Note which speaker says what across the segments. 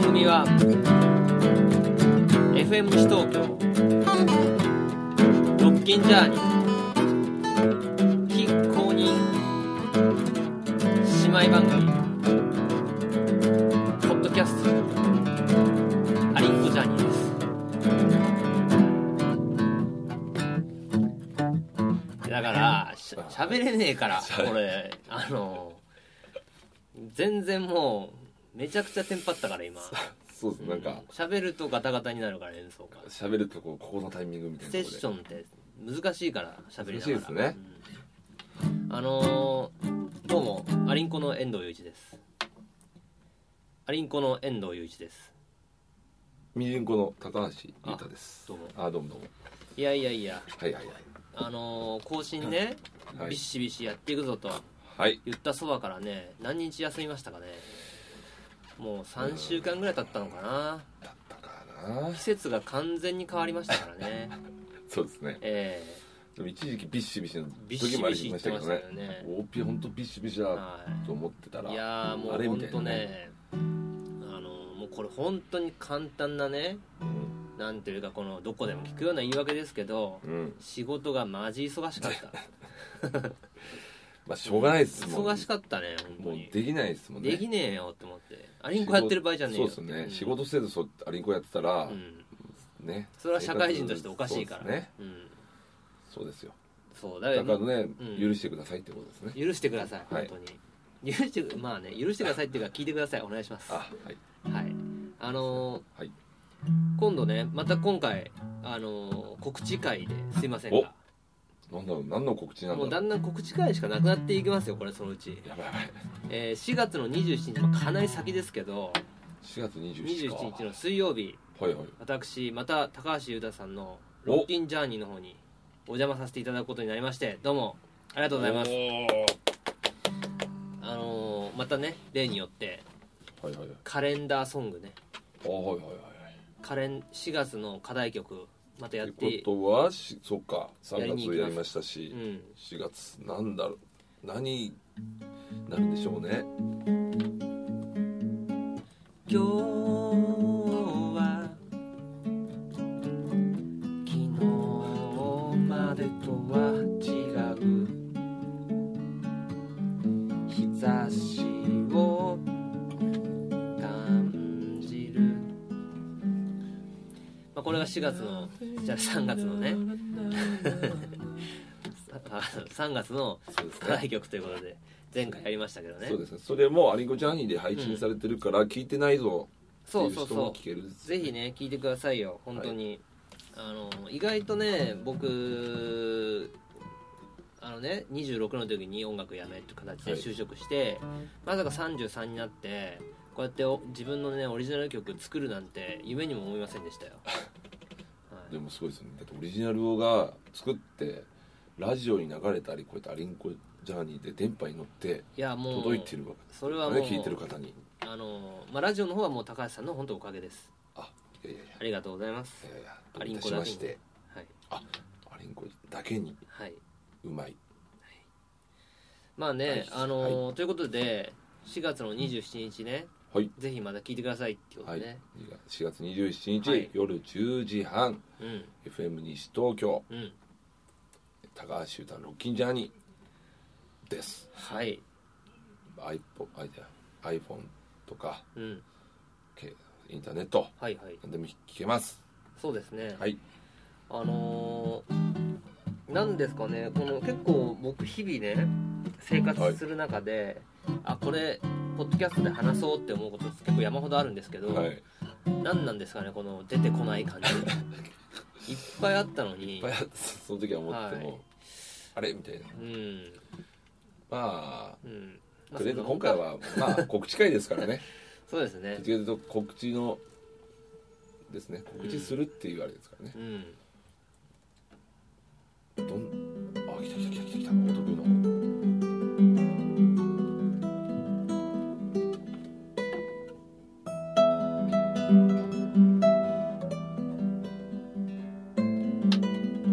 Speaker 1: 組は FM 西東京ロッキンジャーニー非公認姉妹番組ポッドキャストアリンコジャーニーですだからしゃ喋れねえからこれあの全然もうめちゃくちゃテンパったから今
Speaker 2: そうですなんか
Speaker 1: 喋るとガタガタになるから演奏が
Speaker 2: 喋るとこうここのタイミングみたいな
Speaker 1: セッ
Speaker 2: とこで
Speaker 1: ションって難しいから喋りながら
Speaker 2: 難しいですね
Speaker 1: うんあのーどうもアリンコの遠藤雄一ですアリンコの遠藤雄一です
Speaker 2: ミリンコの高橋優太です
Speaker 1: あどうも
Speaker 2: あどうもどうも
Speaker 1: いやいやいや
Speaker 2: はいはいはい
Speaker 1: あのー更新ね、
Speaker 2: はい
Speaker 1: ビシビシやっていくぞと
Speaker 2: はい
Speaker 1: 言ったそばからね何日休みましたかねもう3週間ぐらい経ったのかな
Speaker 2: だったかな
Speaker 1: 季節が完全に変わりましたから ね
Speaker 2: そうですね
Speaker 1: ええ
Speaker 2: でも一時期ビッシビシの
Speaker 1: ビシ
Speaker 2: 時もあ
Speaker 1: ビシ
Speaker 2: り
Speaker 1: 言
Speaker 2: ま
Speaker 1: っ
Speaker 2: した
Speaker 1: て
Speaker 2: け
Speaker 1: まし
Speaker 2: ど
Speaker 1: た
Speaker 2: ね
Speaker 1: よね
Speaker 2: オーピー本当ビッシビシだ
Speaker 1: はい
Speaker 2: と思ってたら
Speaker 1: いやーも
Speaker 2: あ
Speaker 1: う
Speaker 2: れ
Speaker 1: ほ
Speaker 2: み
Speaker 1: ん
Speaker 2: たい
Speaker 1: と
Speaker 2: な
Speaker 1: ねあのもうこれ本当に簡単なね
Speaker 2: うん
Speaker 1: なんていうかこのどこでも聞くような言い訳ですけど
Speaker 2: うん
Speaker 1: 仕事がマジ忙しかった
Speaker 2: まあしょうがない ですもん
Speaker 1: 忙しかったね本当
Speaker 2: もう
Speaker 1: に
Speaker 2: できないですもんね
Speaker 1: できねえよって思ってアリンコやってる場合じゃねえ
Speaker 2: そ
Speaker 1: よ
Speaker 2: うですね、
Speaker 1: ん
Speaker 2: 仕事せずそうアリンコやってたら、
Speaker 1: うん
Speaker 2: ね
Speaker 1: それは社会人としておかしいから
Speaker 2: そうですね
Speaker 1: うん
Speaker 2: そうですよ
Speaker 1: そうだ
Speaker 2: だ
Speaker 1: か
Speaker 2: かららね、
Speaker 1: うん
Speaker 2: 許してくださいってことですね
Speaker 1: 許してください
Speaker 2: は
Speaker 1: 本
Speaker 2: い
Speaker 1: 当に許してくまあね許してくださいっていうか聞いてくださいお願いしますは
Speaker 2: あはい
Speaker 1: いあのー
Speaker 2: はい
Speaker 1: 今度ねまた今回あのー告知会ですいません
Speaker 2: お
Speaker 1: が
Speaker 2: なんだろう何の告知なん
Speaker 1: も
Speaker 2: だろ
Speaker 1: う
Speaker 2: う
Speaker 1: だんだん告知会しかなくなっていきますよこれそのうち、
Speaker 2: やばいやばい
Speaker 1: えー4月の27日もかなり先ですけど
Speaker 2: 4月27日か
Speaker 1: 27日の水曜日
Speaker 2: はいはい
Speaker 1: 私また高橋優太さんの「ロッキンジャーニー」の方にお邪魔させていただくことになりましてどうもありがとうございますあのーまたね例によって
Speaker 2: おーはいはいはい
Speaker 1: カレンダーソングね
Speaker 2: あはいはいはい
Speaker 1: カレン4月の課題曲またや
Speaker 2: は
Speaker 1: っ
Speaker 2: いって
Speaker 1: い
Speaker 2: ことはしそっか
Speaker 1: やり
Speaker 2: 3
Speaker 1: に行きます
Speaker 2: 月やりましたし、
Speaker 1: うん
Speaker 2: 4月なんだろう何になるんでしょうね
Speaker 1: 今日は昨日までとは違う日差しを感じる、まあ、これが4月のじゃあ3月のね あ3月の
Speaker 2: そうです
Speaker 1: 課
Speaker 2: ね
Speaker 1: 題曲ということで前回やりましたけどね
Speaker 2: そうですねそれもアリンコジャーニーで配信されてるから聞いてないぞって
Speaker 1: そ
Speaker 2: いうう
Speaker 1: そう
Speaker 2: 人
Speaker 1: そう
Speaker 2: も聞ける
Speaker 1: ぜひね聞いてくださいよ本当に、あの意外とね僕あのね26の時に音楽やめって形で
Speaker 2: はい
Speaker 1: 就職して、まさか33になってこうやってお自分のねオリジナル曲作るなんて夢にも思いませんでした よ、はい
Speaker 2: でもすごいですよねだってオリジナルをが作ってラジオに流れたりこうやってアリンコジャーニーで電波に乗って
Speaker 1: いやもう
Speaker 2: 届いてるわけ
Speaker 1: それ
Speaker 2: だ
Speaker 1: は
Speaker 2: か
Speaker 1: も
Speaker 2: ら
Speaker 1: う
Speaker 2: ね聞いてる方に
Speaker 1: あの、まあ、ラジオの方はもう高橋さんの本当おかげです
Speaker 2: あいやいやい
Speaker 1: ありがとうございます
Speaker 2: やいやいや
Speaker 1: ア
Speaker 2: どう
Speaker 1: リ
Speaker 2: い
Speaker 1: ン
Speaker 2: た
Speaker 1: コ
Speaker 2: し
Speaker 1: だけに
Speaker 2: まして
Speaker 1: はい、
Speaker 2: アリンコだけに
Speaker 1: はい、
Speaker 2: うまい、
Speaker 1: まあね、
Speaker 2: はい
Speaker 1: あのということで4月の27日ね
Speaker 2: はい
Speaker 1: ぜひまた聞いてくださいってこと
Speaker 2: はい
Speaker 1: でね、
Speaker 2: 4月27日、
Speaker 1: はい
Speaker 2: 夜10時半
Speaker 1: うん
Speaker 2: FM 西東京
Speaker 1: うん
Speaker 2: 高橋優太のロッキンジャーニーです
Speaker 1: はい、
Speaker 2: iPhone, あいや iPhone とか
Speaker 1: うん、
Speaker 2: けインターネット
Speaker 1: はいはい
Speaker 2: 何でも聞けます
Speaker 1: そうですね、
Speaker 2: はい
Speaker 1: あのーなんですかねこの結構僕日々ね生活する中で、あこれポッドキャストで話そうって思うこと結構山ほどあるんですけど、
Speaker 2: はいい
Speaker 1: 何なんですかねこの出てこない感 じいっぱいあったのに
Speaker 2: っぱいあその時は思っても、
Speaker 1: はい
Speaker 2: あれみたいな
Speaker 1: うん
Speaker 2: ま
Speaker 1: うん
Speaker 2: あ
Speaker 1: まあ
Speaker 2: とりあ
Speaker 1: そ
Speaker 2: えず
Speaker 1: んなも
Speaker 2: 今
Speaker 1: んか
Speaker 2: 回はまあ告知会ですからね
Speaker 1: そうですね
Speaker 2: どっちかというと告知のですね告知するっていうあれですからね、
Speaker 1: うん
Speaker 2: どんあ来た来た来た来た来たお得のえー遠藤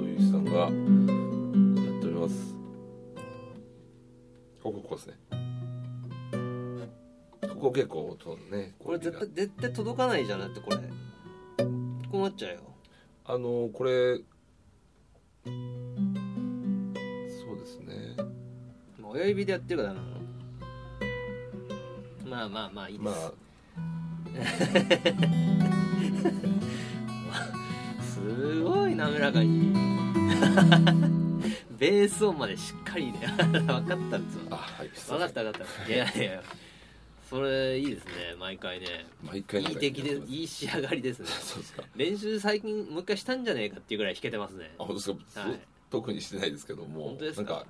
Speaker 2: 祐一さんがやっておりますここここですねここここ結構音ね
Speaker 1: これ絶対絶対届かないじゃんだってこれこうなっちゃうよ
Speaker 2: あのこれそうですね
Speaker 1: もう親指でやってるからダメなのまあまあまあいいで、
Speaker 2: ますあ
Speaker 1: すごい滑らかに ベース音までしっかりね 分かったんです
Speaker 2: あ
Speaker 1: わ
Speaker 2: はいすい
Speaker 1: 分かっ
Speaker 2: ません
Speaker 1: た分かったいやいやいやそれいいですね毎回ね
Speaker 2: 毎回
Speaker 1: いい出来で
Speaker 2: い
Speaker 1: いい仕上がりですね
Speaker 2: そうですか
Speaker 1: 練習最近もう一回したんじゃねえかっていうぐらい弾けてますね
Speaker 2: あ本当ですか、
Speaker 1: はい
Speaker 2: 特にしてないですけども
Speaker 1: 本当ですか
Speaker 2: なんか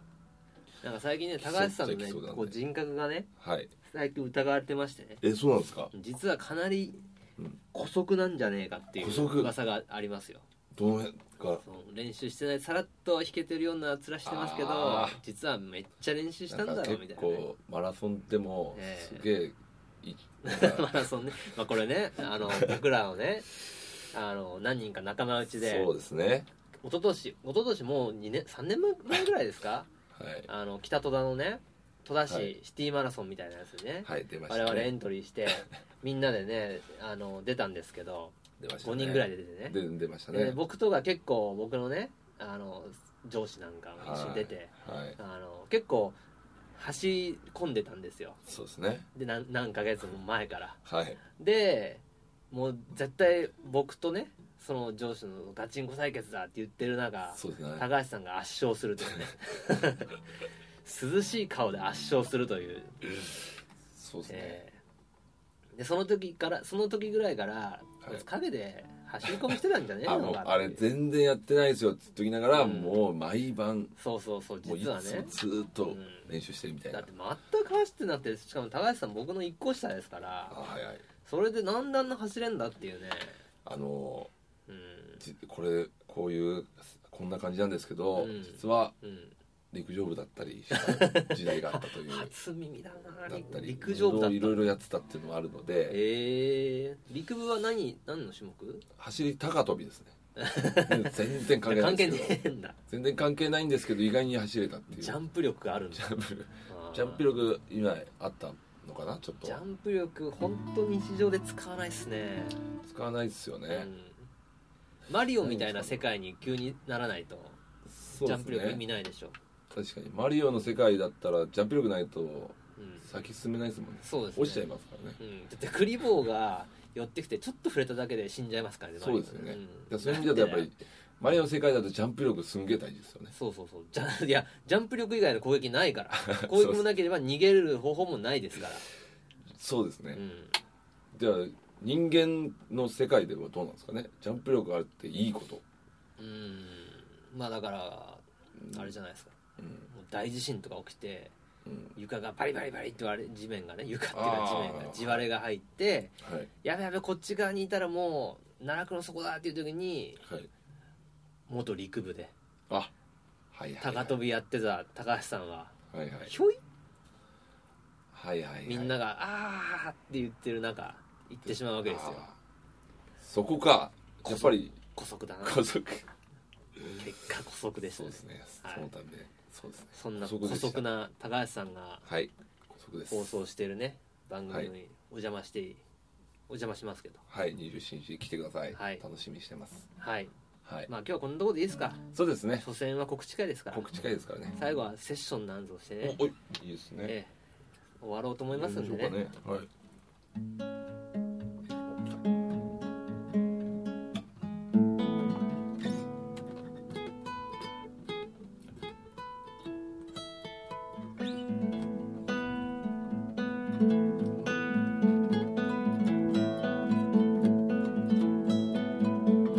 Speaker 1: なんか最近ね高橋さんの
Speaker 2: そう
Speaker 1: ね
Speaker 2: そうだね
Speaker 1: こう人格がね
Speaker 2: はい
Speaker 1: 最近疑われてましてね
Speaker 2: えそうなんですか
Speaker 1: 実はかなり
Speaker 2: うん
Speaker 1: 古速なんじゃねえかってい
Speaker 2: 姑息
Speaker 1: う噂がありますよ
Speaker 2: どの辺が
Speaker 1: その練習してないさらっと弾けてるような面してますけど
Speaker 2: あー
Speaker 1: 実はめっちゃ練習したんだろうん
Speaker 2: なか
Speaker 1: みた
Speaker 2: 結
Speaker 1: いな,、ね、
Speaker 2: 構マラソンでも
Speaker 1: ええ
Speaker 2: すげえい
Speaker 1: マラソンね、まあ、これねあ の僕らのねあの何人か仲間内で
Speaker 2: そうですね
Speaker 1: 一昨年一昨年もう2年3年前ぐらいですか
Speaker 2: はい
Speaker 1: あの北戸田のね戸田
Speaker 2: は
Speaker 1: 市
Speaker 2: い
Speaker 1: シティマラソンみたいなやつにね、
Speaker 2: はい出まし
Speaker 1: 我
Speaker 2: た
Speaker 1: 々エ
Speaker 2: ね
Speaker 1: ントリーしてみんなでねあの出たんですけど
Speaker 2: 出ました
Speaker 1: 5
Speaker 2: ね
Speaker 1: 人ぐらいで出てね
Speaker 2: で出ました
Speaker 1: で
Speaker 2: ね
Speaker 1: 僕とか結構僕のねあの上司なんかも一緒に出て、
Speaker 2: はいはい
Speaker 1: あの結構走り込んでたんですよ
Speaker 2: そうですね
Speaker 1: で何何ヶ月も前から
Speaker 2: はい
Speaker 1: でもう絶対僕とねその上司のガチンコ採決だって言ってる中
Speaker 2: そうですね
Speaker 1: 高橋さんが圧勝すると いうね涼しい顔で圧勝するという、
Speaker 2: そうですね
Speaker 1: えーでその時からその時ぐらいから、
Speaker 2: い
Speaker 1: こいつ陰で走り込みしてたんじゃねえ
Speaker 2: あ
Speaker 1: の
Speaker 2: もう
Speaker 1: かっていう
Speaker 2: あれ全然やってないですよって言っときながら、
Speaker 1: うん
Speaker 2: もう毎晩
Speaker 1: そうそうそう
Speaker 2: もうい
Speaker 1: 実は
Speaker 2: つ
Speaker 1: ね
Speaker 2: もずーっと
Speaker 1: うん
Speaker 2: 練習してるみたいな、
Speaker 1: だって全く走ってなくてしかも高橋さん僕の1個下ですから
Speaker 2: あはいはい
Speaker 1: それでなんであんな走れんだっていうね
Speaker 2: あの
Speaker 1: う
Speaker 2: ー
Speaker 1: ん
Speaker 2: じこれこういうこんな感じなんですけど、
Speaker 1: うん
Speaker 2: 実は
Speaker 1: うん
Speaker 2: 陸上部だったりした時代があった というだ
Speaker 1: 初耳だな
Speaker 2: ったり
Speaker 1: 陸上部だった
Speaker 2: いろいろやってたっていうのもあるので、
Speaker 1: えー、陸部は何何の種目
Speaker 2: 走り高跳びです ね全然関係ない
Speaker 1: 関
Speaker 2: んで
Speaker 1: 係
Speaker 2: す
Speaker 1: ね
Speaker 2: けど
Speaker 1: えんだ
Speaker 2: 全然関係ないんですけど意外に走れたっていう
Speaker 1: ジャンプ力があるんだ
Speaker 2: ジャンプ
Speaker 1: あー
Speaker 2: ジャンプ力今あったのかなちょっと
Speaker 1: ジャンプ力本当日常で使わないっすね
Speaker 2: 使わないですよ
Speaker 1: う
Speaker 2: ね、
Speaker 1: んマリオみたいな世界に急にならないと
Speaker 2: そ
Speaker 1: ジ
Speaker 2: うで
Speaker 1: ャ
Speaker 2: す
Speaker 1: ンプ力意
Speaker 2: ね
Speaker 1: 味ないでしょ
Speaker 2: 確かにマリオの世界だったらジャンプ力ないと
Speaker 1: うん
Speaker 2: 先進めないですもんね
Speaker 1: そうですね
Speaker 2: 落ちちゃいますからね
Speaker 1: うん、だってクリボーが寄ってきてちょっと触れただけで死んじゃいますからね
Speaker 2: そうですよね、
Speaker 1: ん
Speaker 2: だからそういう意味だとやっぱりマリオの世界だとジャンプ力すんげえ大事ですよね
Speaker 1: そうそうそうじゃ いやジャンプ力以外の攻撃ない から攻撃もなければ逃げる方法もないですから
Speaker 2: そうです
Speaker 1: う
Speaker 2: ね、
Speaker 1: ん
Speaker 2: では人間の世界ではどうなんですかねジャンプ力があるっていいこと、
Speaker 1: うんまあだからあれじゃないですか
Speaker 2: うん
Speaker 1: もう大地震とか起きて
Speaker 2: うん
Speaker 1: 床がバリバリバリって割れ地面がね床っていう
Speaker 2: あ
Speaker 1: か
Speaker 2: ー
Speaker 1: 地面が地割れが入って
Speaker 2: はい
Speaker 1: やべやべこっち側にいたらもう奈落の底だっていう時に
Speaker 2: はい
Speaker 1: 元陸部で
Speaker 2: あはいはい
Speaker 1: 高跳びやってた高橋さんは
Speaker 2: はいはい
Speaker 1: ひょい
Speaker 2: はいはいはい
Speaker 1: みんなが「あー」って言ってる中行ってしまうわけですよ
Speaker 2: あーそこかやっぱり
Speaker 1: 古速だな
Speaker 2: 家族
Speaker 1: 結果古速でした
Speaker 2: そう
Speaker 1: ね
Speaker 2: ですね、
Speaker 1: はい
Speaker 2: そのためそうですね
Speaker 1: そんな
Speaker 2: 古速
Speaker 1: 古
Speaker 2: でした
Speaker 1: 速な高橋さんが
Speaker 2: はい古速です
Speaker 1: 放送してるね番
Speaker 2: は
Speaker 1: 組
Speaker 2: い
Speaker 1: にお邪魔して、お邪魔しますけど
Speaker 2: はい、27日来てください。
Speaker 1: はい
Speaker 2: 楽しみにしてます。
Speaker 1: はい
Speaker 2: はい。
Speaker 1: まあ今日はこんなところでいいですか
Speaker 2: そうですね。
Speaker 1: 初戦は告知会ですから
Speaker 2: 告知会ですからね。
Speaker 1: 最後はセッションなんぞしてね
Speaker 2: お、おい、いいですね。
Speaker 1: ええ終わろうと思いますんで
Speaker 2: やり
Speaker 1: ね
Speaker 2: ましょうかね。はい。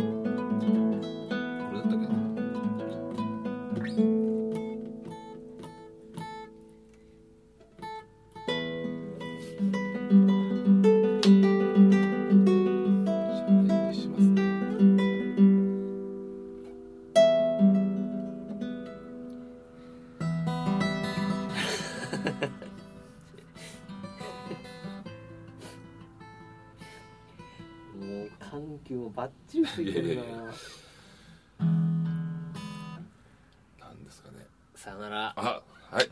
Speaker 2: これだったっけな練習しますね
Speaker 1: もう緩急もバッチリついてる
Speaker 2: いやいやい
Speaker 1: な
Speaker 2: なんですかね。
Speaker 1: さよなら
Speaker 2: あ、はい。